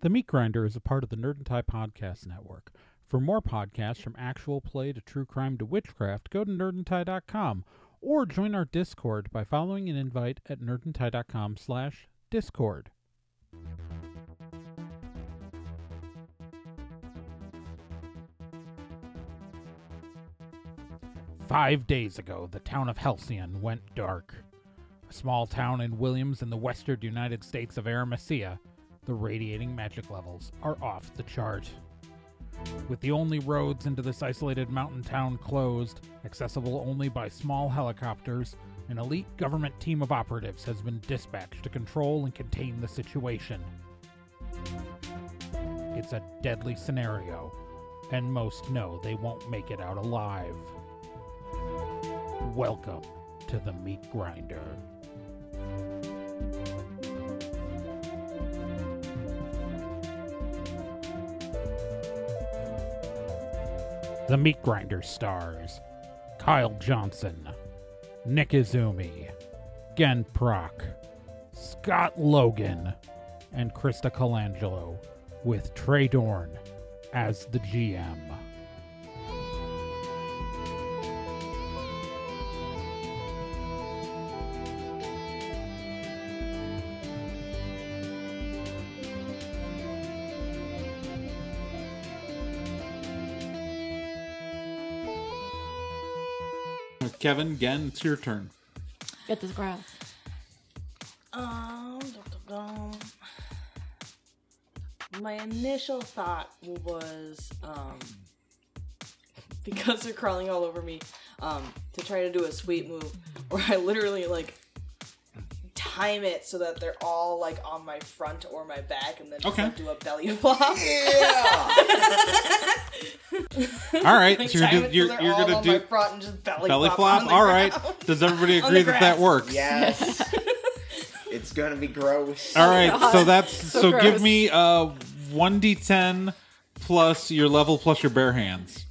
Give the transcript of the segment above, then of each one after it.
The Meat Grinder is a part of the Nerd and Tie Podcast Network. For more podcasts from actual play to true crime to witchcraft, go to nerdandtie.com or join our Discord by following an invite at nerdandtie.com slash discord. Five days ago, the town of Halcyon went dark. A small town in Williams in the western United States of Arimathea, the radiating magic levels are off the chart. With the only roads into this isolated mountain town closed, accessible only by small helicopters, an elite government team of operatives has been dispatched to control and contain the situation. It's a deadly scenario, and most know they won't make it out alive. Welcome to the Meat Grinder. The Meat Grinder stars Kyle Johnson, Nick Izumi, Gen Proc, Scott Logan, and Krista Colangelo, with Trey Dorn as the GM. Kevin, Gen, it's your turn. Get this grass. Um, dum, dum, dum. my initial thought was um, because they're crawling all over me, um, to try to do a sweep move where I literally like time it so that they're all like on my front or my back, and then just, Okay. like, do a belly flop. All right, Like, so you're, time do, it so you're, they're you're all gonna on do my front and just belly, belly flop. flop. on the All right, ground. does everybody On the agree that that grass. works? Yes. it's gonna be gross. Oh All right, so that's so, So give gross. me uh one d10 plus your level plus your bare hands.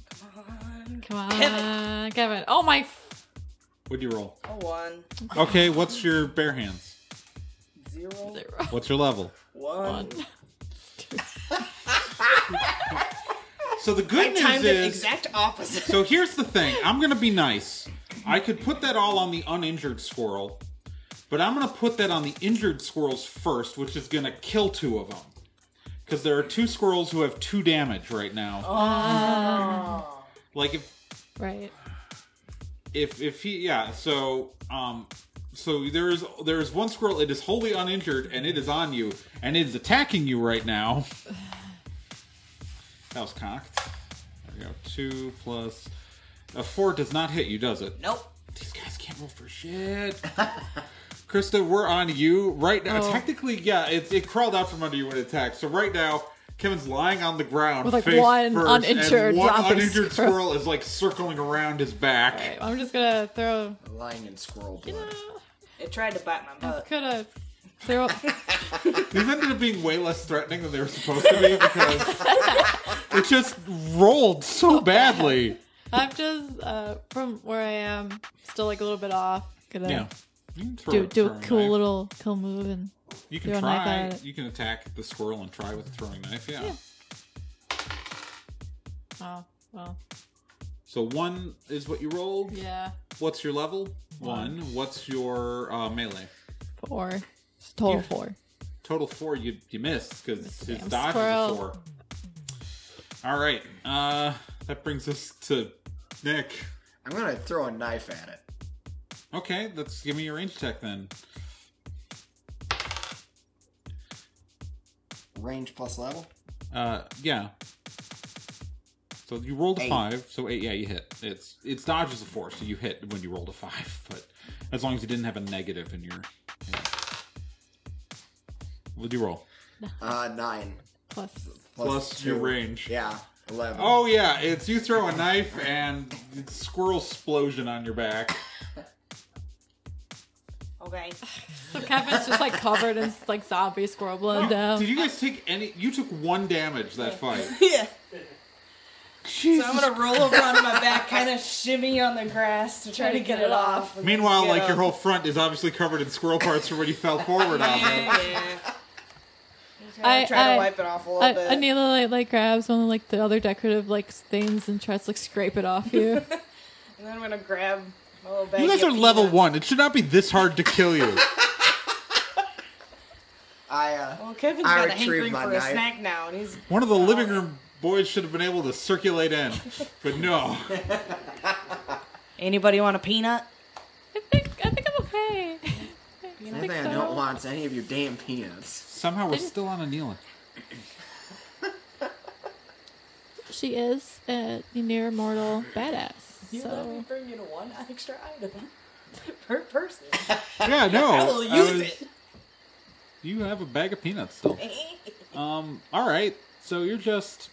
Come on, Kevin. Oh my! F- What do you roll? A "Oh, one, Okay, what's your bare hands? zero, zero. What's your level? one. So the good I news timed it is exact opposite. So here's the thing. I'm gonna be nice. I could put that all on the uninjured squirrel, but I'm gonna put that on the injured squirrels first, which is gonna kill two of them. Because there are two squirrels who have two damage right now. Like if Right. if if he yeah so um so there is there is one squirrel it is wholly uninjured and it is on you and it is attacking you right now that was cocked there we go two plus a four does not hit you does it Nope. these guys can't roll for shit krista we're on you right now Oh. technically yeah it, it crawled out from under you when it attacked so right now Kevin's lying on the ground With, like, face one first, uninjured and one zombie uninjured squirrel. squirrel is like circling around his back. Right. I'm just gonna throw. Lying in squirrel blood. It tried to bite my butt. Gonna throw. These ended up being way less threatening than they were supposed to be because it just rolled Oh, so badly. I'm just uh, from where I am, still like a little bit off. Gonna Yeah. You can throw, do do a throwing cool knife. little cool move and You can throw a knife try. at it. You can attack the squirrel and try with a throwing knife. Yeah. Yeah. oh well So one is what you rolled. yeah What's your level? One. What's your uh, melee? four It's total You- four. Total four. You you missed because his Damn dodge is a squirrel. four. All right. Uh, that brings us to Nick. I'm gonna throw a knife at it. Okay, let's give me your range check then. Range plus level. Uh, yeah. So you rolled a Eight. five, so eight. Yeah, you hit. It's it's dodge is a four, so you hit when you rolled a five. But as long as you didn't have a negative in your, yeah. what'd you roll? Uh, nine. Plus Plus your two. range. Yeah, eleven. Oh yeah, it's you throw a knife and it's squirrel explosion on your back. Okay. so Kevin's just like covered in like zombie squirrel blood now. Did you guys take any? You took one damage that fight. Oh. yeah. So I'm gonna roll over on my back, kind of shimmy on the grass to try to get it off. and then Meanwhile, get like your up. whole front is obviously covered in squirrel parts from when you fell forward on them. Yeah. kind I- of try I- to wipe it off a little I, bit. Anila like, like grabs one of like the other decorative like things and tries to like scrape it off you. and then I'm gonna grab a little bag. You guys of are level peanuts. one. It should not be this hard to kill you. I uh, Well, Kevin's I got a retrieve hankering my for a knife. snack now, and he's One of the living room boys should have been able to circulate in, but no. anybody want a peanut? I think I think I'm okay. I think I so. don't want any of your damn peanuts. Somehow we're still on Anila. She is a near mortal badass. So bring you to one extra item per person. Yeah, no. I will I use was- it. You have a bag of peanuts still. Um. All right. So you're just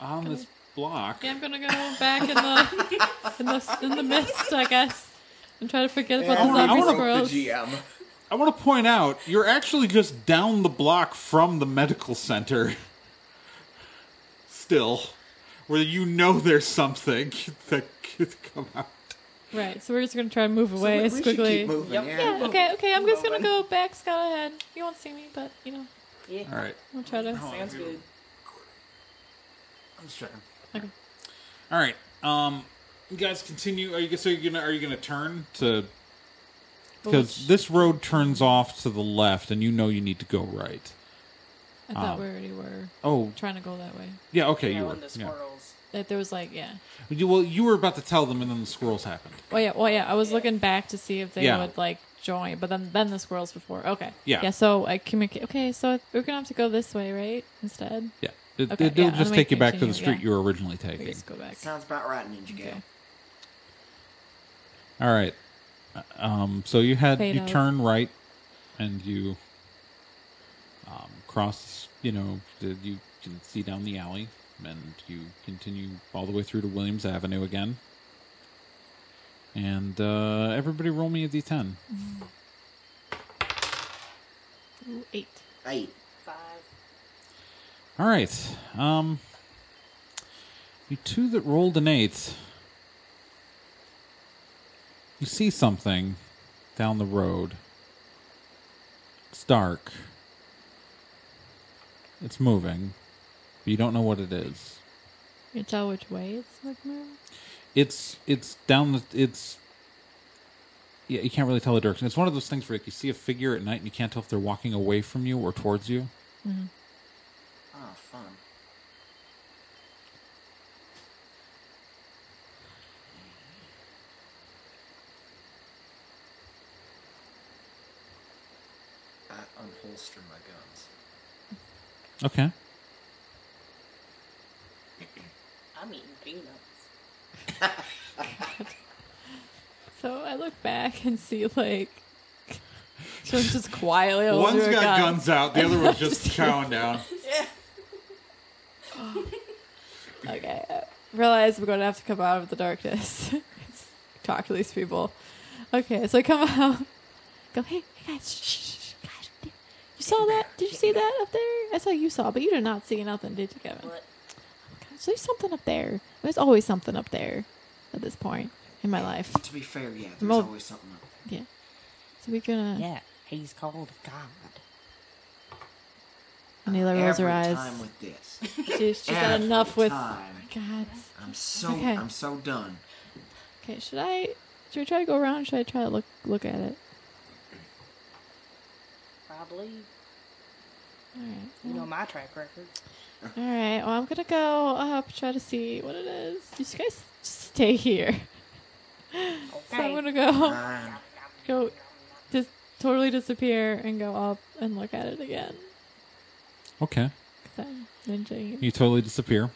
on this block. yeah, I'm gonna go back in the in the in the mist, I guess, and try to forget about I the wanna- I zombie wanna- squirrels. the GM. I want to point out you're actually just down the block from the medical center. Still, where you know there's something that could come out. Right, so we're just gonna try and move We, away we as should quickly. keep moving. Yep. Yeah. Yeah, okay, okay. I'm just gonna Moving. go back, scout ahead. You won't see me, but you know, Yeah, All right. I'll try to. sounds good. I'm just checking. Okay. All right. Um. You guys continue. Are you so you're gonna are you gonna turn to? Because this road turns off to the left, and you know you need to go right. I thought we already were Oh, trying to go that way. yeah. Okay, Yeah, you were. when the Yeah. squirrels. That there was like, yeah. You, well, you were about to tell them, and then the squirrels happened. Oh yeah, well yeah. I was looking back to see if they Yeah. would like join, but then then the squirrels before. Okay. Yeah. Yeah. So I communicate. Okay, so we're gonna have to go this way, right? Instead, Yeah, it, Okay, it'll yeah, just let me take you back to the continue, street yeah. you were originally we taking. just go back. Sounds about right, Ninja Gale. All right. Uh, Um, so you had Fade you out. turn right, and you um, cross. You know, the, you can see down the alley, and you continue all the way through to Williams Avenue again. And uh, everybody, roll me a d10. Ooh, eight. Hey, Five. All right. Um, you two that rolled an eight, you see something down the road. It's dark. It's moving, but you don't know what it is. You can tell which way it's like moving. It's it's down the it's. Yeah, you can't really tell the direction. It's one of those things where like, you see a figure at night and you can't tell if they're walking away from you or towards you. oh fun. I unholster my guns. Okay. I'm eating peanuts. So I look back and see like. So it's just quietly. over One's a got gun. guns out, the other one's just chowing down. Okay. I realize we're going to have to come out of the darkness. Talk to these people. Okay, so I come out. Go, hey, hey guys, shh, shh, shh, guys. Did- You saw that? Did you see that up there? I saw you saw, but you did not see nothing, did you, Kevin? What? Okay, so there's something up there. There's always something up there at this point in my life. To be fair, yeah, there's Mo- always something up. Yeah. So we're gonna. Yeah, he's called God. Anila rolls her Every eyes. time with this. She's, she's had Every enough with. time. God. I'm so Okay. I'm so done. Okay, should I. Should we try to go around? Or should I try to look look at it? Probably. All right. You know my track record. All right. Well, I'm gonna go up try to see what it is. You guys just stay here. So I'm gonna go Fine. go just totally disappear and go up and look at it again. Okay. 'Cause I'm ninja. You totally disappear.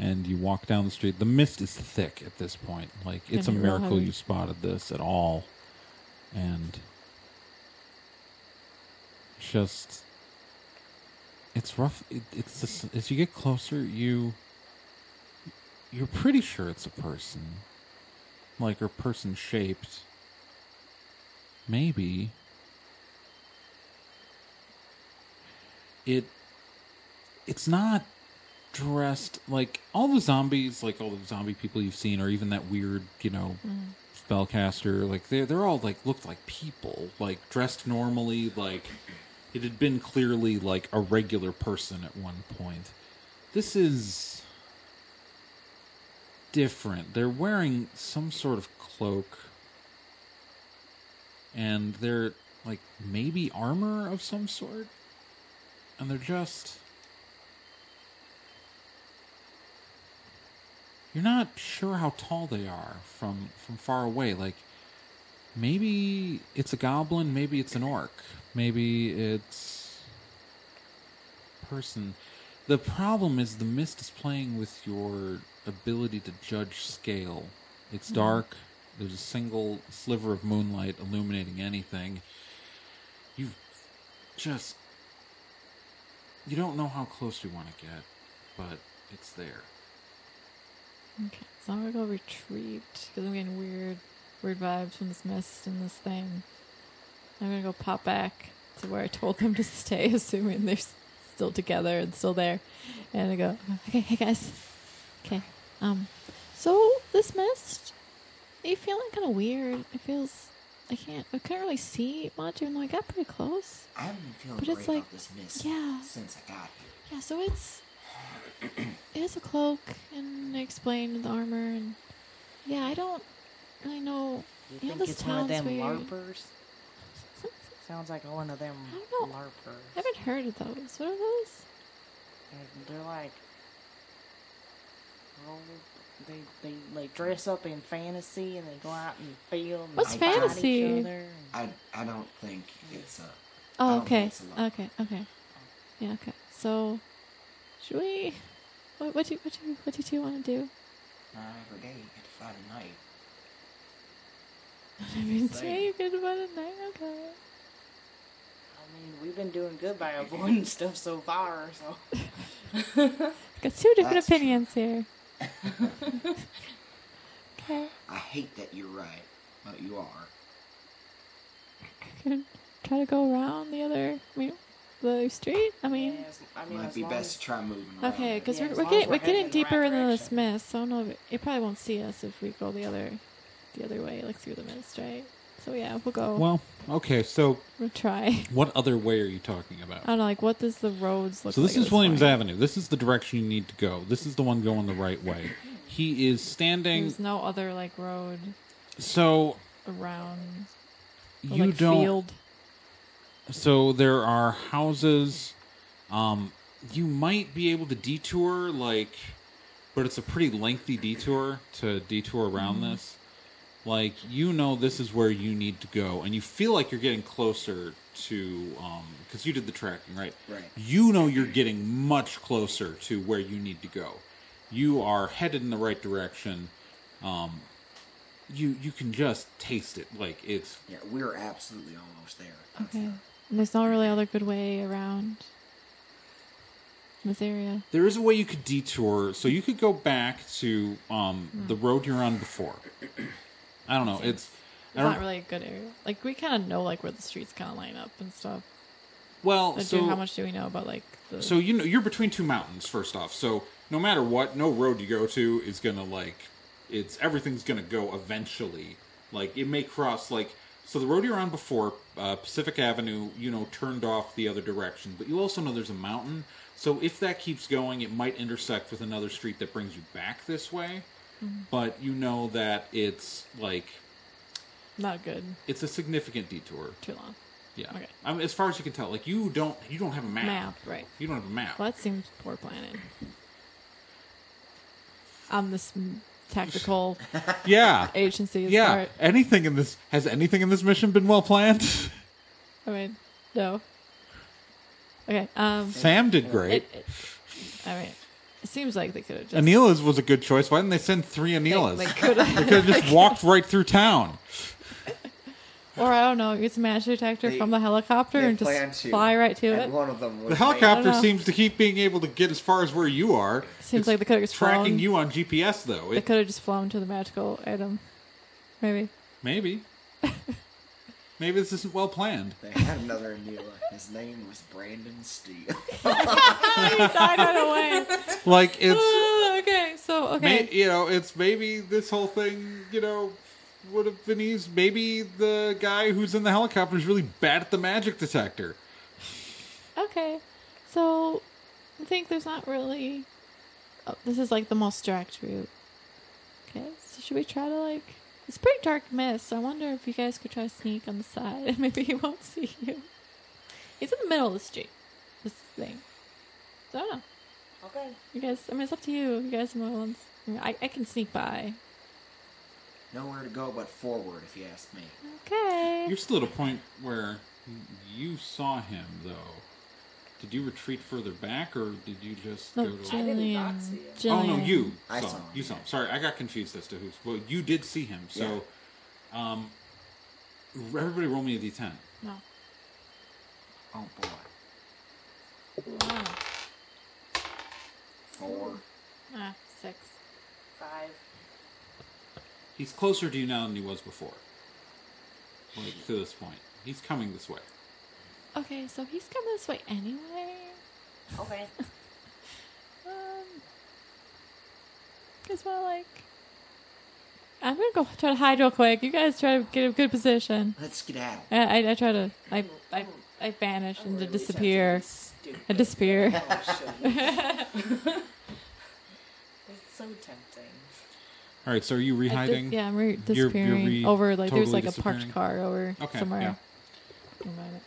And you walk down the street. The mist is thick at this point. Like, it's a And you're all miracle hungry. you spotted this at all. And just. It's rough. It, it's just, as you get closer, you. You're pretty sure it's a person. Like, or person shaped. Maybe. It it's not dressed like all the zombies, like all the zombie people you've seen, or even that weird, you know, spellcaster. Like they're they're all like looked like people, like dressed normally, like It had been clearly like a regular person at one point. This is different. They're wearing some sort of cloak and they're like maybe armor of some sort. And they're just You're not sure how tall they are from from far away. Like maybe it's a goblin, maybe it's an orc, maybe it's person. The problem is the mist is playing with your ability to judge scale. It's dark. There's a single sliver of moonlight illuminating anything. You just you don't know how close you want to get, but it's there. Okay, so I'm gonna go retreat because I'm getting weird, weird vibes from this mist and this thing. I'm gonna go pop back to where I told them to stay, assuming they're s- still together and still there. And I go, okay, hey guys, okay. Um, so this mist, are you feeling kind of weird? It feels I can't, I can't really see much, even though I got pretty close. I haven't been feeling But great it's like- about this mist yeah. since I got here. Yeah, so it's it is a cloak, and I explained the armor, and yeah, I don't really know. You Yeah, think this it's one of town's them weird. LARPers? Sounds like one of them I don't know. I LARPers. haven't heard of those. What are those? And They're like, well, they they like dress up in fantasy and they go out in the field. And What's they fight each fantasy? other and- I, I don't think it's uh, a. I Oh, don't think okay, it's a lot. okay, okay, yeah, okay. So, should we? What, what do you, what do you, what do you two want to do? Not every day you get to fight a knife. I mean, Same. today you get about a night, okay? I mean, we've been doing good by avoiding stuff so far. So Got two different That's true. opinions here. okay, I hate that you're right, but you are. we can try to go around the other, I mean, the other street. I mean. yeah, as- I mean, Might as be long best as- to try moving around. Okay, because Yeah, we're, as we're long as getting we're we're getting headed in the deeper right into this direction. mist. So I don't know. If it, it probably won't see us if we go the other the other way, like through the mist, right? So yeah, we'll go. Well, okay, so we'll try. what other way are you talking I about? don't know. Like, what does the roads look So Uh, like? this at is Williams point? Avenue. This is the direction you need to go. This is the one going the right way. He is standing There's no other like road so around. Or, you like, don't Field. so there are houses um you might be able to detour like but it's a pretty lengthy detour to detour around this like you know this is where you need to go and you feel like you're getting closer to um because you did the tracking right Right. you know you're getting much closer to where you need to go you are headed in the right direction um you you can just taste it like it's Yeah, we're absolutely almost there. Okay. And there's not really other good way around this area. There is a way you could detour, so you could go back to um, the road you're on before. I don't know. It's Hmm. It's I don't, not really a good area. Like we kind of know like where the streets kind of line up and stuff. well. But So do, how much do we know about like the? so you know you're between two mountains. First off, so no matter what, no road you go to is gonna like it's everything's gonna go eventually. Like it may cross like so the road you're on before uh, Pacific Avenue, you know, turned off the other direction, but you also know there's a mountain. So if that keeps going, it might intersect with another street that brings you back this way. Mm-hmm. But you know that it's like not good. it's a significant detour. Too long. Yeah. Okay. I mean, as far as you can tell, like you don't you don't have a map. Map, right. You don't have a map. Well, that seems poor planning. On this m- tactical Yeah. agency's yeah. part. Anything in this has anything in this mission been well planned? I mean, no. Okay. Um. Sam did great. It, it, I mean, it seems like they could have just. Anila's was a good choice. Why didn't they send three they, Anilas? they They, could have, could have just walked right through town. or I don't know, use a magic detector They- from the helicopter they and plan just to, fly right to and it. one of them was The I helicopter don't know. seems to keep being able to get as far as where you are. Seems It's like they could have just tracking flown. you on GPS though. They It, could have just flown to the magical item, maybe. maybe. maybe this isn't well planned. They had another Anila. His name was Brandon Steele. Died right away. Like it's Oh, okay, so okay. May, you know, it's maybe this whole thing, you know, would have been easy. Maybe the guy who's in the helicopter is really bad at the magic detector. So I think there's not really. Oh, this is like the most direct route. Okay, so should we try to like? It's pretty dark mist. I wonder if you guys could try to sneak on the side, and maybe he won't see you. He's in the middle of the street. This thing. So I don't know. Okay. You guys. I mean, it's up to you. You guys are my ones. I, mean, I, I can sneak by. Nowhere to go but forward, if you ask me. Okay. You're still at a point where you saw him, though. Did you retreat further back, or did you just No, go to? I didn't not Jillian. see him. Oh no, Jillian. you I saw saw him. him, You saw him. Sorry, I got confused as to who's. Well, you did see him, so um, everybody roll me a d10. No. Oh boy. Wow. Four. Ah, six. Five. He's closer to you now than he was before. Like to this point, he's coming this way. Okay, so he's coming this way anyway. Okay. Um, guys want to like? I'm gonna go try to hide real quick. You guys try to get a good position. Let's get out. I, I, I try to I I, I vanish and to Really, disappear. that's really I stupid. disappear. Oh, shit. it's so tempting. All right, so are you I rehiding? di- yeah, I'm re- You're- you're disappearing re- over like there's totally like a parked disappearing? car over Okay, somewhere. yeah. Never mind.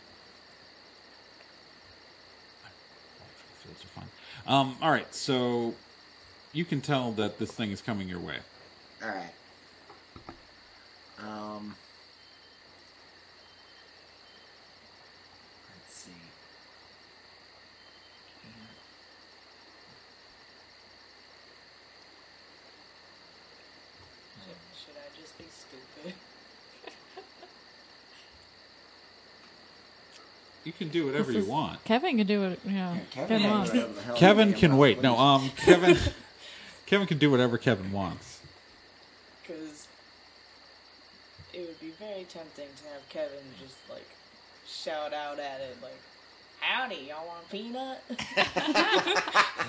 Fields are fun. Um, all right, so you can tell that this thing is coming your way. All right. Um. Let's see. Should, should I just be stupid? You can do whatever This you is- want. Kevin can do it. You know, Yeah, Kevin, can do wants. whatever the hell Kevin he can wants, wait. No, please. um, Kevin, Kevin can do whatever Kevin wants. Because it would be very tempting to have Kevin just like shout out at it like, "Howdy, y'all want peanut?"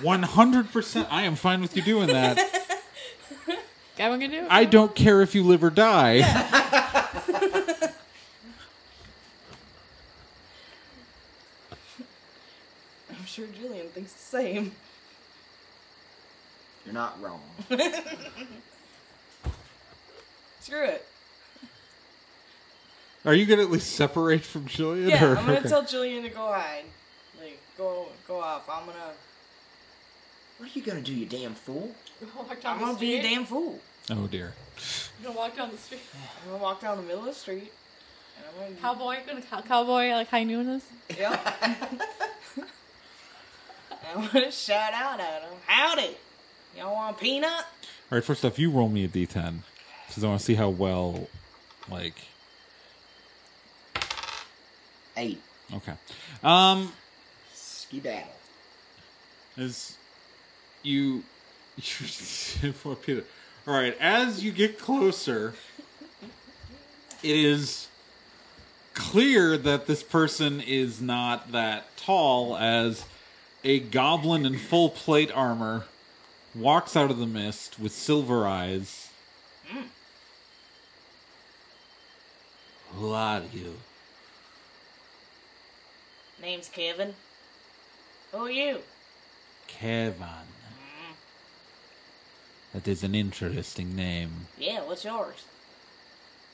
One hundred percent. I am fine with you doing that. Kevin can do it. I don't care if you live or die. I'm sure Julian thinks the same. You're not wrong. Screw it. Are you gonna at least separate from Jillian? Yeah, or- I'm gonna okay. tell Julian to go hide. Like, go go off. I'm gonna What are you gonna do, you damn fool? Walk down I'm gonna be a damn fool. Oh dear. You're gonna walk down the street. I'm gonna walk down the middle of the street and I'm gonna Cowboy, gonna cow- cowboy like high noon is. Yep. and I'm gonna shout out at him. Howdy! Y'all want peanut? All right. First off, you roll me a d10 because I want to see how well, like, Eight. okay. Um, Skedaddle. as you, you for Peter. All right, as you get closer, it is clear that this person is not that tall as a goblin in full plate armor walks out of the mist with silver eyes. Who are you? Name's Kevin. Who are you? Kevin. That is an interesting name. Yeah, what's yours?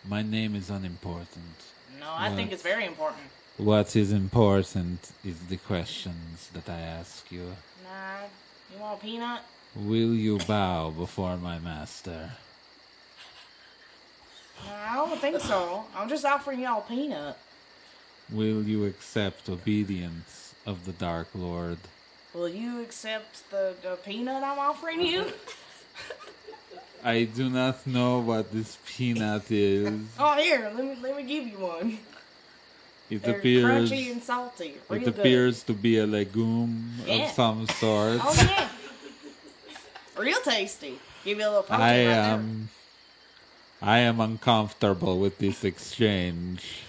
My name is unimportant. No, I think What? it's very important. What is important is the questions that I ask you. Nah, you want peanut? Will you bow before my master? Nah, I don't think so. I'm just offering y'all peanut. Will you accept obedience of the Dark Lord? Will you accept the, the peanut I'm offering you? I do not know what this peanut is. Oh, here, let me let me give you one. It They're appears crunchy and salty. Real it good. appears to be a legume Yeah. of some sort. Oh yeah, real tasty. Give you a little protein I um, right there. am I am uncomfortable with this exchange.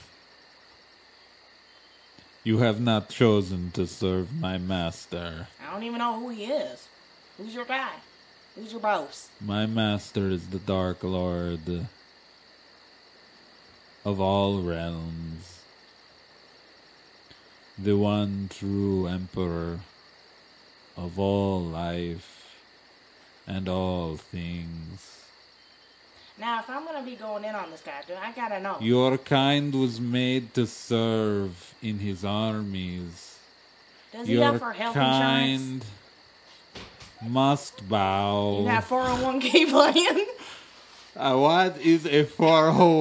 You have not chosen to serve my master. I don't even know who he is. Who's your guy? Who's your boss? My master is the Dark Lord of all realms. the one true emperor of all life and all things. Now, if I'm gonna be going in on this guy, dude, I gotta know. Your kind was made to serve in his armies. Does he Your offer health insurance? kind must You bow. got 401k plan? Uh, what is a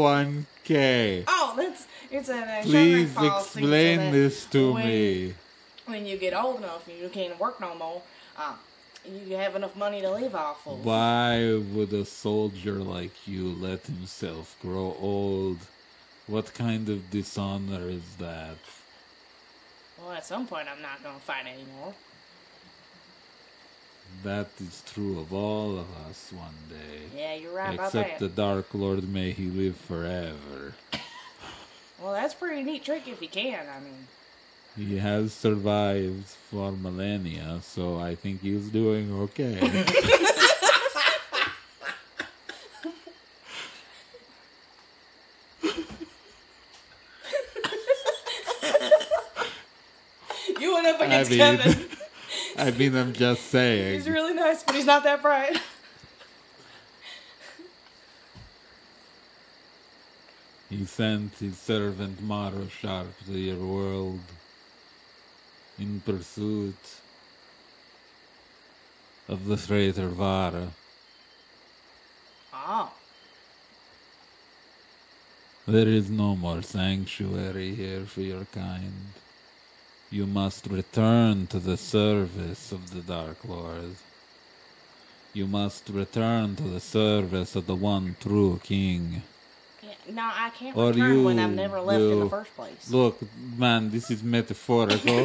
401k? oh, that's it's an insurance Please policy. so that explain this to when- me. When you get old enough and you can't work no more, um, you have enough money to live off of. Why would a soldier like you let himself grow old? What kind of dishonor is that? Well, at some point, I'm not gonna fight anymore. That is true of all of us one day. Yeah, you're right about that. Except the Dark Lord, may he live forever. Well, that's a pretty neat trick if you can. I mean, He has survived for millennia, so I think he's doing okay. you went up I against mean, Kevin. I mean, I'm just saying. He's really nice, but he's not that bright. He sent his servant Maro Sharp to your world in pursuit of the traitor Vara. Oh, There is no more sanctuary here for your kind. You must return to the service of the Dark Lord. You must return to the service of the one true king. yeah, no, I can't Or return when you I've never left in the will first place. Look, man, this is metaphorical.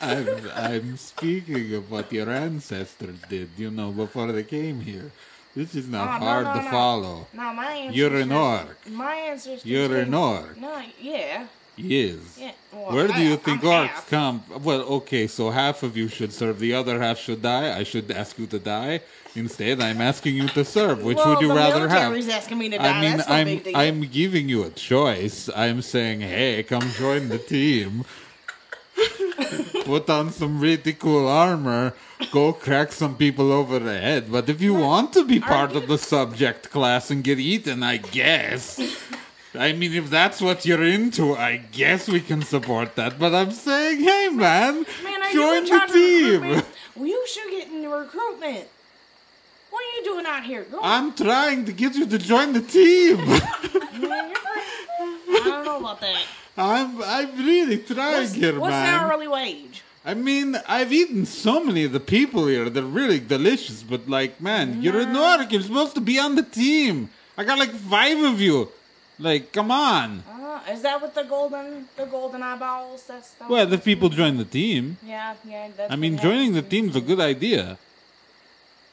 I'm, I'm speaking of what your ancestors did, you know, before they came here. This is Oh, not no, hard no, to no. follow. No, my ancestors. You're an orc. My ancestors. You're an didn't- orc. No, yeah. Yes. Yeah, well, Where do I- you think I'm orcs half. come? Well, okay, so half of you should serve, the other half should die. I should ask you to die. Instead, I'm asking you to serve. Which well, would you the rather military's have? asking me to die. I mean, That's no I'm big deal. I'm giving you a choice. I'm saying, hey, come join the team. Put on some really cool armor. Go crack some people over the head. But if you want to be part of the subject class and get eaten, I guess. I mean, if that's what you're into, I guess we can support that. But I'm saying, hey, man, Man, are you join in the charge of team. recruitment? Well, you should get into recruitment. What are you doing out here? Go I'm trying to get you to join the team. man, you're pretty- I don't know about that. I'm I'm really trying What's, here, what's man. an hourly wage? I mean, I've eaten so many of the people here. They're really delicious, but like, man, you're an orc. You're supposed to be on the team. I got like five of you. Like, come on. Uh, is that with the golden the golden eyeballs? That's the, Well, if people join the team, yeah, yeah. That's I what mean, happens. joining the team's a good idea.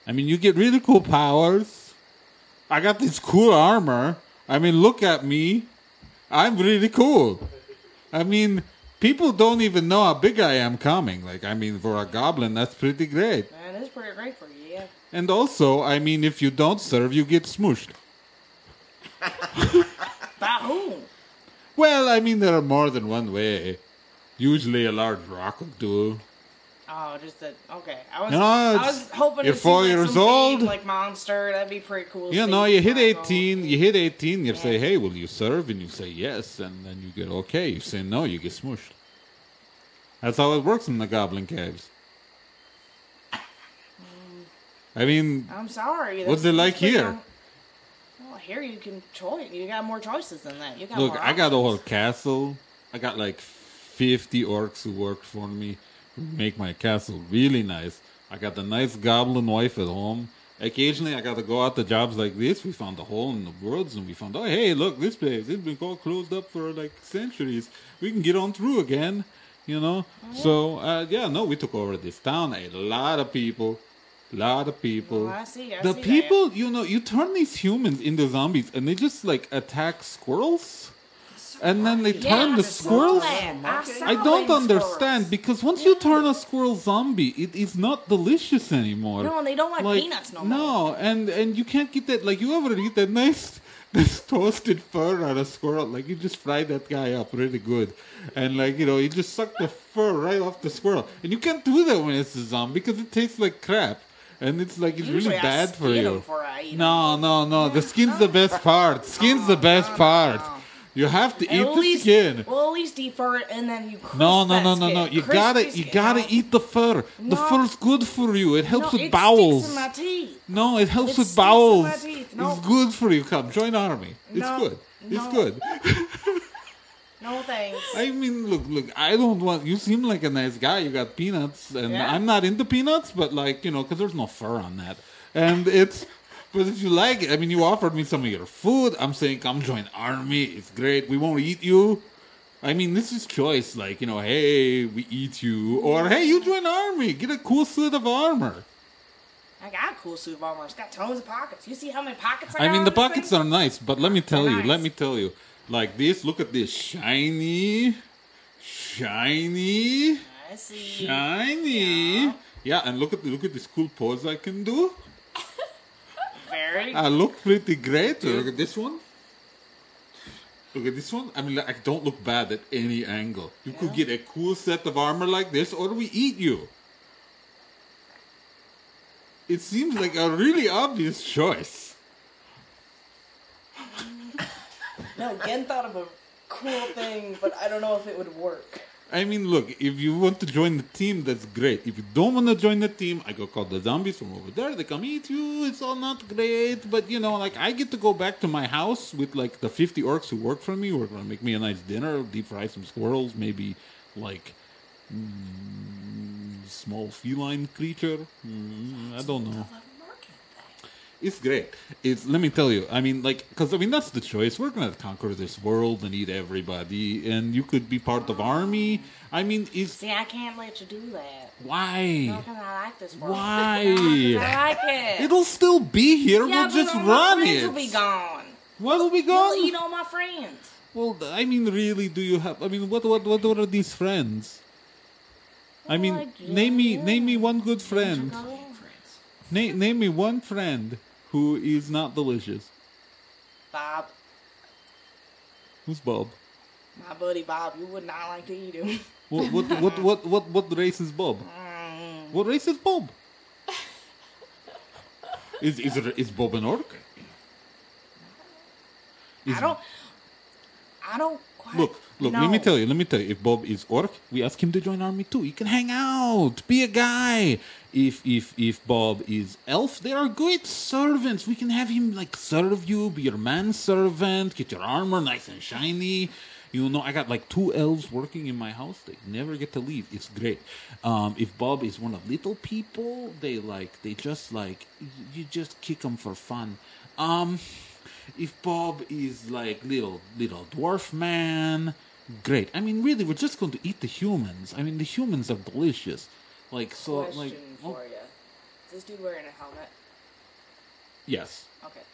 I mean, you get really cool powers. I got this cool armor. I mean, look at me. I'm really cool. I mean, people don't even know how big I am coming. Like, I mean, for a goblin, that's pretty great. Man, it's pretty great for you. Yeah. And also, I mean, if you don't serve, you get smooshed. By whom? Well, I mean, there are more than one way. Usually, a large rock will do. Oh, just that. Okay, I was No, I it's- was hoping you're to see, four like, years some old. big, like monster. That'd be pretty cool. You to know, see you hit when I go. 18, you hit 18, you say, hey, will you serve? And you say yes, and then you get okay. You say no, you get smooshed. That's how it works in the Goblin Caves. I mean, I'm sorry. that's- What's it that's like pretty here? un- Well, here you can choice. You got more choices than that. You got Look, more I got a whole options. castle. I got like 50 orcs who work for me, who make my castle really nice. I got a nice goblin wife at home. Occasionally, I got to go out to jobs like this. We found a hole in the woods and we found, oh, hey, look, this place, it's been all closed up for like centuries. We can get on through again, you know? So, uh, yeah, no, we took over this town. A lot of people. lot of people. Well, Oh, I see, I the see that. people, you know, you turn these humans into zombies and they just like attack squirrels. and then they turn the squirrel. I don't understand because once you turn a squirrel zombie, it is not delicious anymore. No, and they don't like, peanuts no more. No, and and you can't get that. Like you ever eat that nice, this toasted fur on a squirrel? Like you just fry that guy up really good, and like you know you just suck the fur right off the squirrel, and you can't do that when it's a zombie because it tastes like crap. And it's like it's Usually really I bad for skin 'em you. before I eat 'em. no, no, no. The skin's the best part. Skin's the best part. You have to At eat the least- skin. Well, at least defer it and then you crisp No, no, that no, no, skin. no. You Crisp gotta, the you skin. gotta eat the fur. The No. fur's good for you. It No, helps it with bowels. Sticks in my teeth. no, it helps It with sticks in my bowels. teeth. No. It's good for you. Come, join army. It's No, good. It's no. good. No thanks. I mean, look, look. I don't want. You seem like a nice guy. You got peanuts, and Yeah. I'm not into peanuts, but like you know, because there's no fur on that, and it's. But if you like it, I mean, you offered me some of your food. I'm saying, come join army. It's great. We won't eat you. I mean, this is choice. Like you know, hey, we eat you, or hey, you join army. Get a cool suit of armor. I got a cool suit of armor. It's got tons of pockets. You see how many pockets I got? I mean, on the this pockets thing? are nice, but let me tell you, nice. let me tell you, like this. Look at this shiny, shiny. I see. Shiny. Yeah. and look at look at this cool pose I can do. Very. I look pretty great. Look at this one. Look at this one. I mean, like, I don't look bad at any angle. You could get a cool set of armor like this, or we eat you. It seems like a really obvious choice. no, Gen thought of a cool thing, but I don't know if it would work. I mean, look, if you want to join the team, that's great. If you don't want to join the team, I go call the zombies from over there. They come eat you. It's all not great. But, you know, like, I get to go back to my house with, like, the 50 orcs who work for me who are going to make me a nice dinner, deep fry some squirrels, maybe, like, mm, small feline creature. Mm, I don't know. It's great. It's let me tell you. I mean, like, because I mean that's the choice. We're gonna conquer this world and eat everybody, and you could be part of army. I mean, it's See, I can't let you do that. why? How can I like this world? Why? I like it. It'll still be here. yeah, we'll just but all run my friends will be it. gone. What'll be You'll gone? eat all my friends. Well, I mean, really, do you have? I mean, what, what, what, what are these friends? I mean, Well, I name me, guess. name me one good friend. Friends. Name, name me one friend who is not delicious. Bob, Who's Bob? my buddy Bob, you would not like to eat him. What what what what what, what race is Bob? What race is Bob? Is is it- is Bob an orc? Is- I don't. I don't quite. Look, look. Let me tell you. Let me tell you. If Bob is orc, we ask him to join army too. He can hang out, be a guy. If if if Bob is elf, they are great servants. We can have him like serve you, be your manservant, get your armor nice and shiny. You know, I got like two elves working in my house. They never get to leave. It's great. Um, if Bob is one of little people, they like they just like y- you just kick them for fun. Um, if Bob is like little little dwarf man, great. I mean, really, we're just going to eat the humans. I mean, the humans are delicious. Like so, Question like oh, for you: Is this dude wearing a helmet? yes, Okay.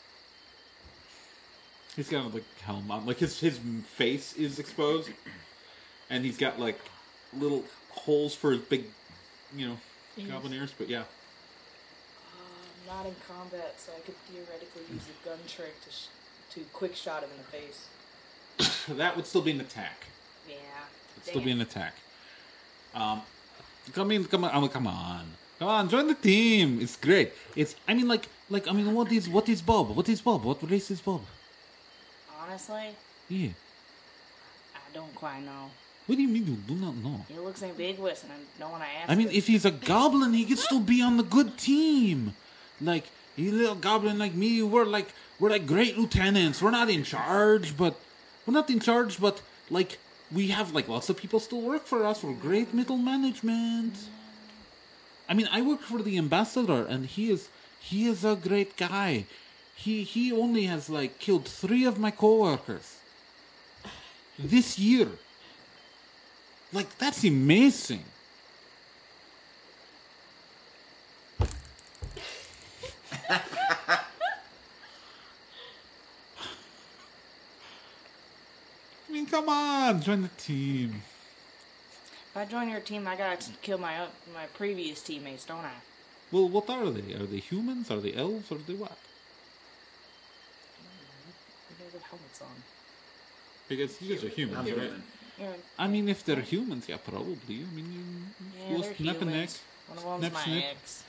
he's got like helm on. Like his his face is exposed, and he's got like little holes for his big, you know, goblin ears. But yeah, I'm Uh, not in combat, so I could theoretically use a gun trick to sh- to quick shot him in the face. so that would still be an attack. Yeah. It'd still Damn. be an attack. Um, come in, come on, oh, come on, come on, join the team. It's great. It's, I mean, like, like, I mean, what is, what is Bob? What is Bob? What race is Bob? Honestly, Yeah. I don't quite know. What do you mean you do not know? It looks ambiguous, and I don't want to ask. I mean, it. if he's a goblin, he gets to be on the good team. Like, he's a little goblin like me. We're like, we're like great lieutenants. We're not in charge, but we're not in charge, but like, we have like lots of people still work for us. We're great middle management. I mean, I work for the ambassador, and he is he is a great guy. He he only has like killed three of my coworkers this year. Like that's amazing. I mean, come on, join the team. If I join your team, I gotta kill my uh, my previous teammates, don't I? Well, what are they? Are they humans? Are they elves? Are they what? They have helmets on. Because you guys are humans, I'm right? human. Yeah, I mean, if they're humans, yeah, probably. I mean, you yeah will they're snap a neck. humans. One of them's Snap, my snap. ex.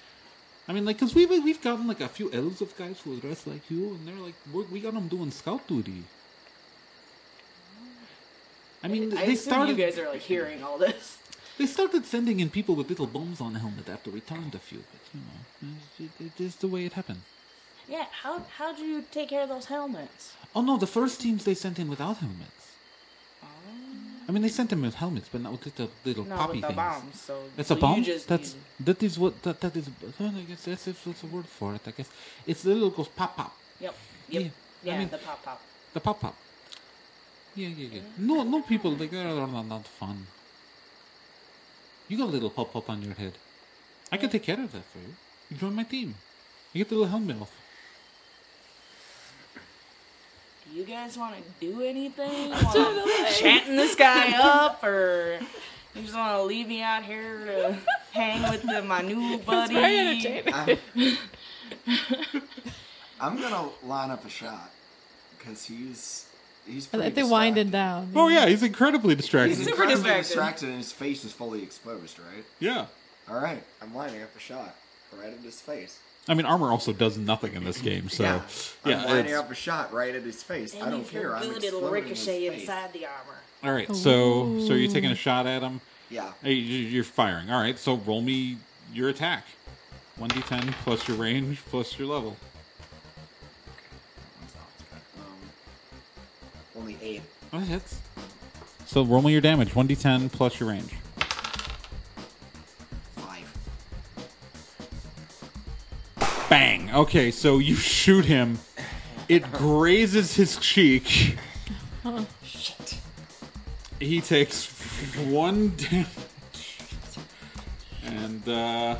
I mean, like, cause we've we've gotten like a few elves of guys who dress like you, and they're like, we're, we got them doing scout duty. I mean, I they assume started you guys are like hearing all this. they started sending in people with little bombs on helmet after we turned a few, but you know, it's- it is the way it happened. Yeah, how how'd you take care of those helmets? Oh no, the first teams they sent in without helmets. Oh. I mean, they sent them with helmets, but not with the little No, poppy with the things. bombs. So That's so a bomb. You just that's you- that is what that that is. Well, I guess that's if that's a word for it. I guess it's the little goes pop pop, yep, yep, Yeah, yeah, I mean- the pop pop. the pop pop. Yeah, yeah, yeah. No, no people like that are not, not fun. You got a little pop pop on your head. I can take care of that for you. You join my team. You get the little helmet off. Do you guys want to do anything? Wanna chatting this guy up, or you just want to leave me out here to hang with the, my new buddy? Very entertaining. I'm, I'm gonna line up a shot because he's he's. I pretty think they winded down. distracted. Oh yeah, he's incredibly distracting. He's Super incredibly distracted. distracted, and his face is fully exposed. Right. yeah. All right. I'm lining up a shot right at his face. I mean, armor also does nothing in this game, so yeah. yeah, I'm lining it's- up a shot right at his face. Then I don't if you're care. I'm good, it'll exploding in his ricochet face. inside the armor. all right. So, so you're taking a shot at him. Yeah. Hey, you- you're firing. All right, so roll me your attack. 1d10 plus your range plus your level. Um, only eight. Oh, that hits. So roll me your damage. 1d10 plus your range. Five. Bang. Okay, so you shoot him. It grazes his cheek. Shit. He takes one damage. And, uh.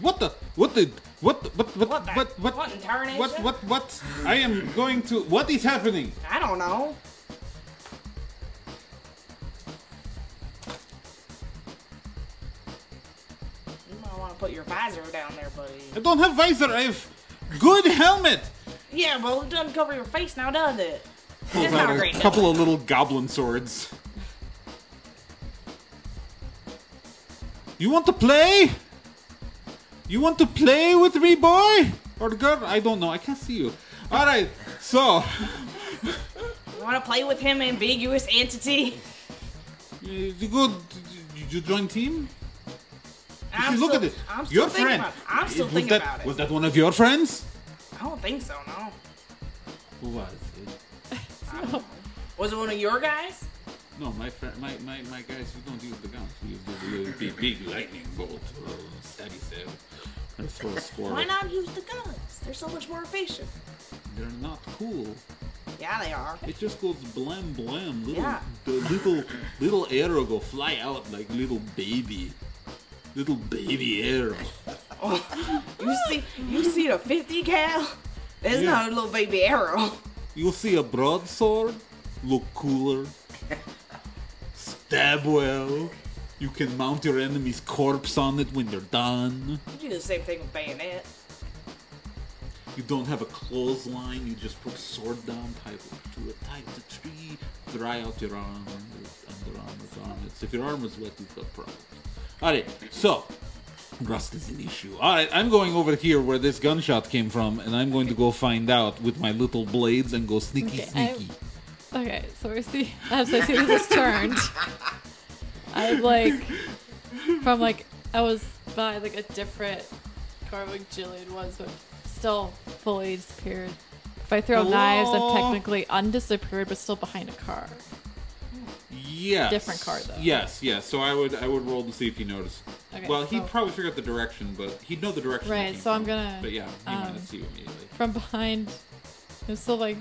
What the? What the? What? the- What? What What? the- What? What? what in tarnation? What? What? What? I am going to. What is happening? I don't know. You might want to put your visor down there, I buddy. don't have visor. I have good helmet. Yeah, well, it doesn't cover your face now, does it? Pulls It's out not a great. couple of little goblin swords. You want to play? You want to play with me, boy or girl? I don't know. I can't see you. All right. So You want to play with him, ambiguous entity? you you go. You join team. If I'm you look still, at it. I'm still your thinking friend. About, I'm still was thinking that, about it. Was that Oh. one of your friends? I don't think so, no. Who was it? Was it one of your guys? No, my friend, my, my, my guys, we don't use the guns. We use the little big, big lightning bolt, uh, steady sail, and throw a squirrel. Why not use the guns? They're so much more efficient. They're not cool. Yeah, they are. It just goes blam blam. Little, Yeah. The little little arrow go fly out like little baby, little baby arrow. You see, you see the 50 cal? There's Yeah. not a little baby arrow. You'll see a broadsword, look cooler, stab well. You can mount your enemy's corpse on it when they're done. You do the same thing with bayonet. You don't have a clothesline. You just put a sword down, tie it to a tie the tree, dry out your arm, underarm with armlets. If your arm is wet, you've got problems. All right, so rust is an issue. All right, I'm going over here where this gunshot came from, and I'm going to go find out with my little blades and go sneaky Okay, I- sneaky. Okay, so we're see as I see this is turned. I like from like I was by like a different carving Jillian was, but still fully disappeared. If I throw knives, Hello? I'm technically undisappeared, but still behind a car. Yes. Different card, though. Yes, yes. So I would I would roll to see if he noticed. Okay, well, he'd so- probably figure out the direction, but he'd know the direction. it Right, came so I'm from. gonna, But yeah, he might um, not see you immediately. From behind, I'm still like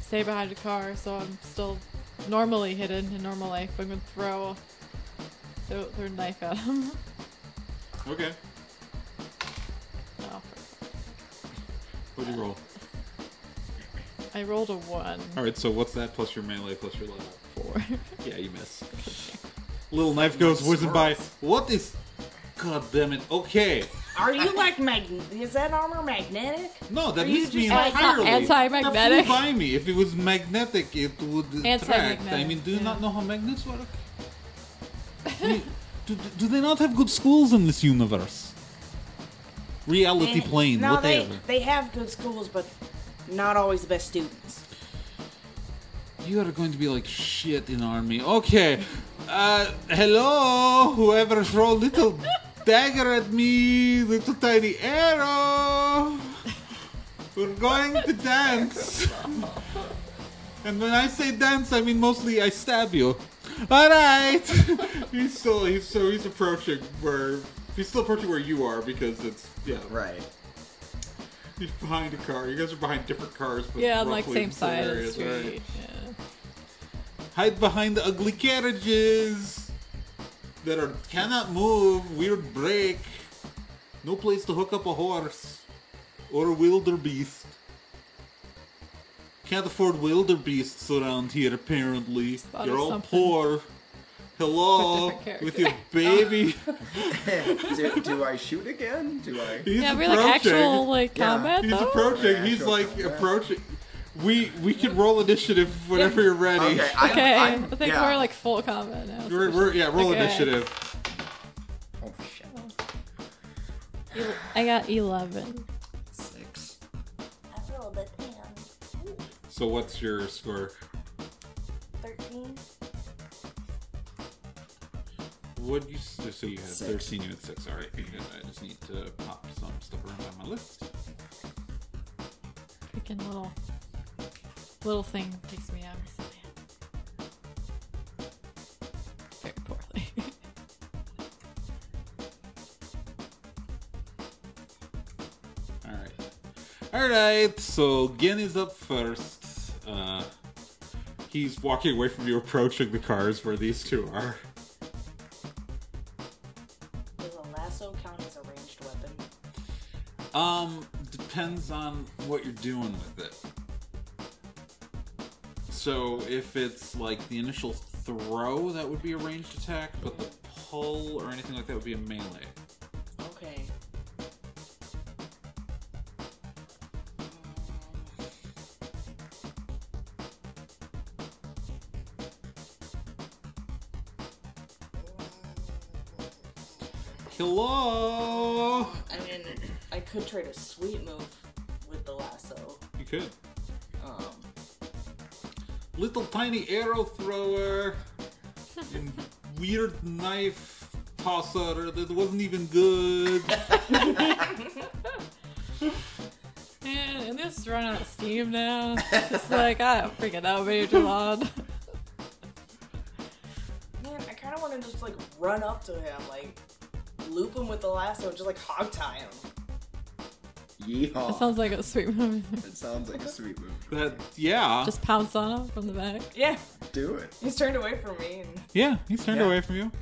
stay behind a car, so I'm still normally hidden in normal life. But I'm gonna throw throw, throw a knife at him. Okay. Oh, What'd you roll? I rolled a one. All right, so what's that plus your melee plus your level? Four. yeah, you miss. Little knife goes whizzing by. What is? God damn it! Okay, Are you like magn? Is that armor magnetic? no, that Are you missed me just entirely. That anti-magnetic? flew by me. If it was magnetic, it would attract. I Anti-magnetic, mean, do you yeah. not know how magnets work? do, do, do they not have good schools in this universe? Reality Eh, plane, no, they, whatever. they have good schools, but not always the best students. You are going to be like shit in army. Okay. Uh, hello, whoever throw little dagger at me, little tiny arrow. We're going to dance. and when I say dance, I mean mostly I stab you. All right. he's still he's so he's approaching where he's still approaching where you are because it's yeah Right. he's behind a car. You guys are behind different cars, but Yeah, on like same roughly in side similar of the areas, right? street. Yeah. hide behind the ugly carriages that are cannot move, weird break, no place to hook up a horse or a wildebeest. Can't afford wildebeests around here. Apparently, thought you're of all something. poor. Hello, But different Oh. with your baby. do, do I shoot again? Do I? He's Yeah, we like approaching. actual like Yeah. combat He's though. approaching. He's Actual like combat. approaching. We we can roll initiative whenever you're ready. Um, Okay. I, okay, i I'm, think yeah. we're like full combat now. so We're, we're- yeah, roll Okay. initiative. Oh shit. el- I got eleven. Six. I rolled a 10. So what's your score? 13. What you s- so you had Six. thirteen, you had six. All right, you good. I just need to pop some stuff around on my list. Freaking little little thing takes me out of Resilient. Very poorly. All right, all right. So Gen is up first. Uh, he's walking away from you, approaching the cars where these two are. Does a lasso count as a ranged weapon? Um, depends on what you're doing with it. So if it's like the initial throw, that would be a ranged attack, but the pull or anything like that would be a melee. Okay. Hello. I mean, I could try to sweet move with the lasso. You could. Um, Little tiny arrow thrower. and weird knife tosser that wasn't even good. Man, and this is running out of steam now. It's like I don't freaking know what you're on. man, I kind of want to just like run up to him, like loop him with the lasso, and just like hog tie him. Yeehaw. That sounds like a sweet move. it sounds like a sweet move. that yeah. Just pounce on him from the back. Yeah, Do it. he's turned away from me. And, yeah, he's turned Yeah. away from you.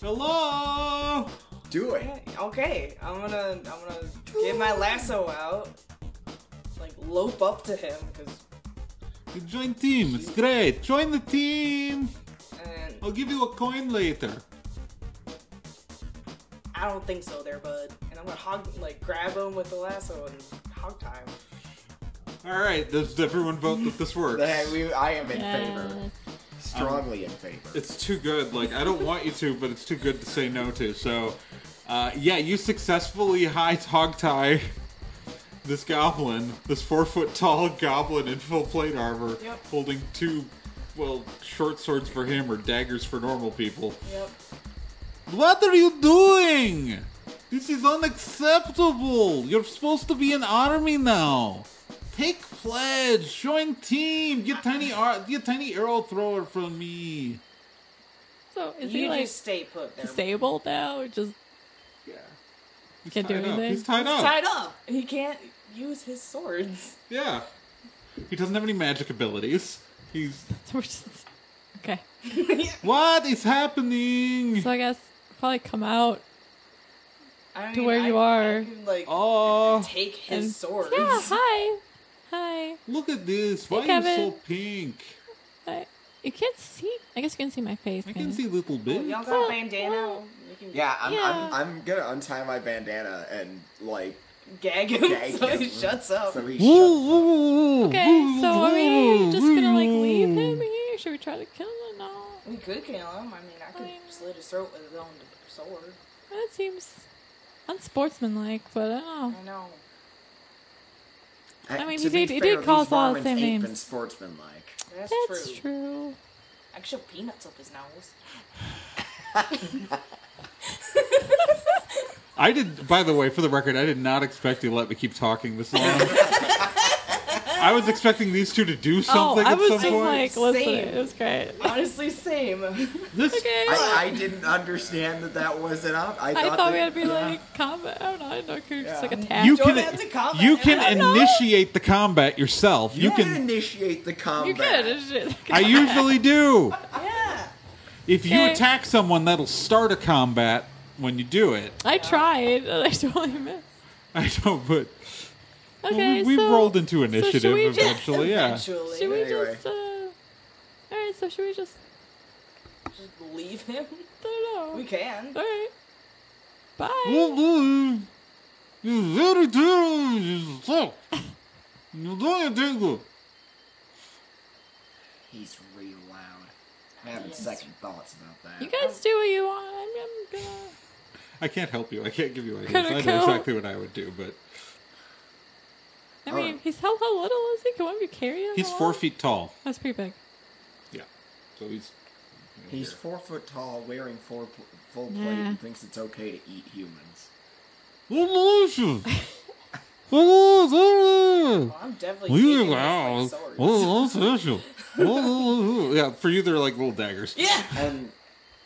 Hello. Do it. yeah, okay, I'm gonna I'm gonna get my lasso out, like lope up to him, cause You join team. It's great. Join the team. and I'll give you a coin later. I don't think so, there, bud. And I'm gonna hog like grab him with the lasso and hog tie him. All right. Does everyone vote that this works? Hey, we- I am in Yeah. favor. Strongly in favor. it's too good. Like I don't want you to, but it's too good to say no to. So, uh, yeah, you successfully high hog tie this goblin, this four foot tall goblin in full plate armor, Yep. holding two, well, short swords for him or daggers for normal people. Yep. What are you doing? This is unacceptable. You're supposed to be an army now. Take pledge, join team, get tiny ar- get tiny arrow thrower from me. So is you he like just stay put there. disabled now? Or just Yeah. He's Can't do tied up. anything? He's tied up. Tied up. He can't use his swords. Yeah. He doesn't have any magic abilities. He's we're just okay? What is happening? So I guess probably come out. I To where you I- are. I can, like Oh take his And, swords. Yeah, hi. Hi. Look at this. Why are you Kevin. so pink? Hi. You can't see. I guess you can see my face. I kinda. can see a little bit. Oh, Y'all got Well, a bandana? well. You can Yeah, I'm, Yeah. I'm, I'm gonna untie my bandana and like gag him gag so him he shuts up. So he shuts. Okay, Okay, so are we just gonna like leave him here? Should we try to kill him? No. we could kill him. I mean, I could Fine. slit his throat with his own sword. That seems unsportsmanlike, but oh, I don't know. I I know. mean, to he be did- he fair, did call these us all the Mormons same ain't names. Been sportsmanlike. That's, That's true. true. I could shove peanuts up his nose. I did. By the way, for the record, I did not expect you to let me keep talking this long. I was expecting these two to do something oh, I at was some just point. like, listen, Same. it was great. Honestly, same. this Okay. I, I didn't understand that that was an op. I I thought, thought, that, we had to be yeah. like combat. I don't know. I didn't know if we could just like Yeah. attack. you Don't can have to comment. you I can know. initiate the combat yourself. You, You can can. initiate the combat. You could. it's just- I usually do. Yeah. If you Okay. attack someone, that'll start a combat when you do it. I tried. and I totally missed. I don't. But well, Okay, we, we so, rolled into should initiative we just- eventually. Yeah. Eventually. Should we Anyway. just? Uh, all right. So should we just? Just leave him? I don't know. We can. All right. Bye. You very do yourself. You don't do. He's real loud. I'm having second thoughts about that. You guys do what you want. I'm, I'm gonna. I can't help you. I can't give you ideas. Gonna I know kill. exactly what I would do, but I All mean, right. he's how, how little is he? Can one of you carry him? he's along? four feet tall. That's pretty big. Yeah, so he's He's here. four foot tall, wearing four pl- full plate, Nah. and thinks it's okay to eat humans. Revolution. Revolution. Well, I'm definitely Leave taking it this, out. like, swords. Revolution. Revolution. Yeah, for you they're like little daggers. Yeah. And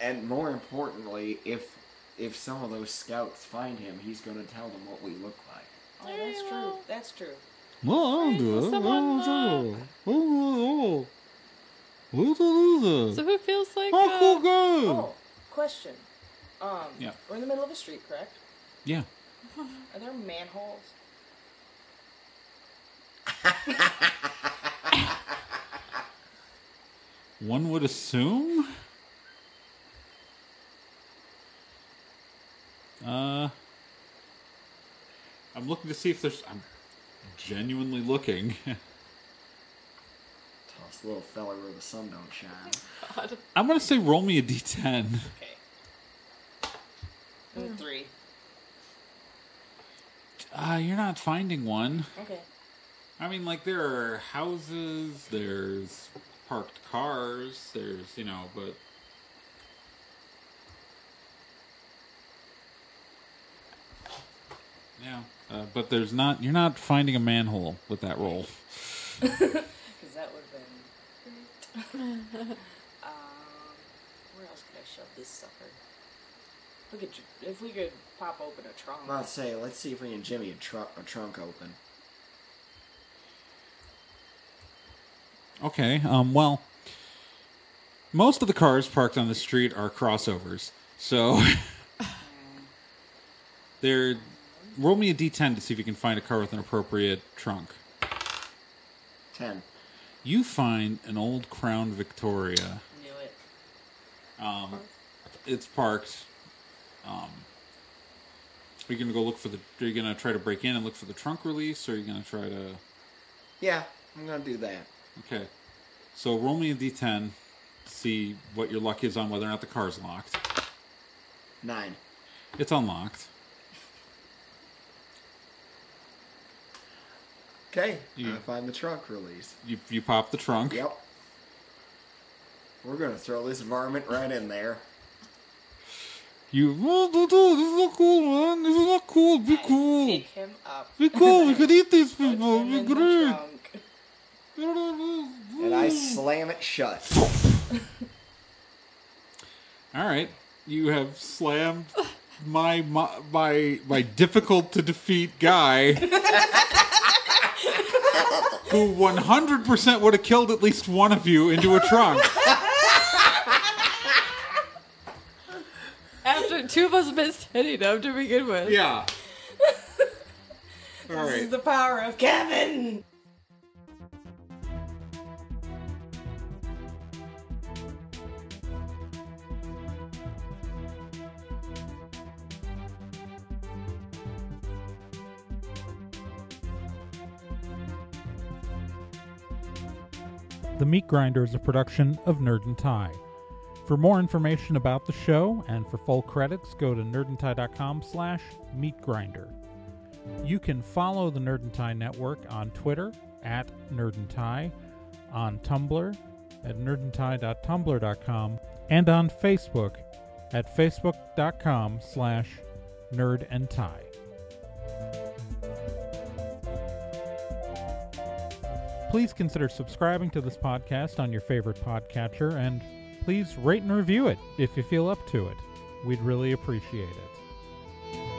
and more importantly, if if some of those scouts find him, he's going to tell them what we look like. Oh, that's true. That's true. Well, I'll do it. Someone, I'll uh, do it. Oh, oh, oh. Revolution. So who feels like? Oh, cool uh, guy. Oh, question. Um, Yeah. We're in the middle of a street, correct? Yeah. Are there manholes? One would assume. Uh, I'm looking to see if there's. I'm genuinely looking. Toss little fella where the sun don't shine. I'm gonna say roll me a d10. Okay. Hmm. And Three. Uh, you're not finding one. Okay. I mean, like there are houses, there's parked cars, there's you know, but yeah, uh, but there's not. You're not finding a manhole with that roll. Because that would have been great. um, where else could I shove this sucker? We could, ju- if we could pop open a trunk. I'm not say, let's see if we can jimmy a, tru- a trunk open. Okay. Um. Well, most of the cars parked on the street are crossovers, so they're. Roll me a d10 to see if you can find a car with an appropriate trunk. Ten. You find an old Crown Victoria. Knew it. Um, it's parked. Um, are you gonna go look for the? Are you gonna try to break in and look for the trunk release, or are you gonna try to? Yeah, I'm gonna do that. Okay, so roll me a d10. See what your luck is on whether or not the car's locked. Nine. It's unlocked. Okay, You- I find the trunk release. You you pop the trunk. Yep. We're gonna throw this varmint right in there. You oh, dude, dude, this is not cool, man. This is not cool. Be I cool. Pick him up. Be cool. We could eat these Put people. him Be in the great. trunk. And I slam it shut. All right, you have slammed my my my, my difficult to defeat guy, who one hundred percent would have killed at least one of you into a trunk. After two of us missed hitting him to begin with. Yeah. All This right. is the power of Kevin. The Meat Grinder is a production of Nerd and Tie. For more information about the show and for full credits, go to nerdandtie.com slash meatgrinder. You can follow the Nerd and Tie Network on Twitter at Nerd and Tie, on Tumblr at nerdandtie.tumblr.com, and on Facebook at facebook.com slash nerd and tie. Please consider subscribing to this podcast on your favorite podcatcher and please rate and review it if you feel up to it. We'd really appreciate it.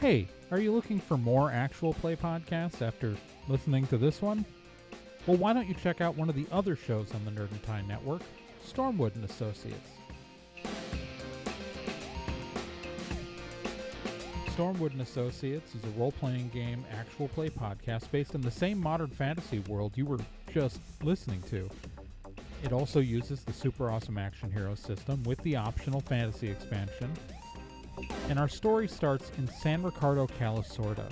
Hey, are you looking for more actual play podcasts after listening to this one? Well, why don't you check out one of the other shows on the Nerd and Time Network, Stormwood and Associates. Stormwood and Associates is a role-playing game actual play podcast based in the same modern fantasy world you were just listening to. It also uses the super awesome action hero system with the optional fantasy expansion and our story starts in San Ricardo, Calisorda,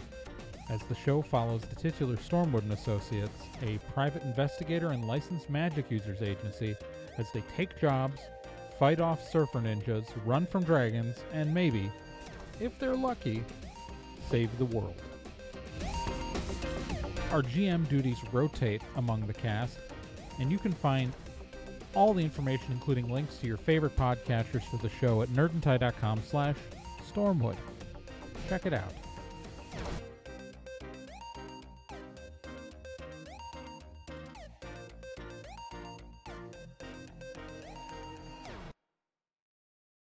as the show follows the titular Stormwood and Associates, a private investigator and licensed magic users agency, as they take jobs, fight off surfer ninjas, run from dragons, and maybe, if they're lucky, save the world. Our GM duties rotate among the cast, and you can find all the information, including links to your favorite podcasters for the show at nerdandtie.com slash stormwood. Check it out.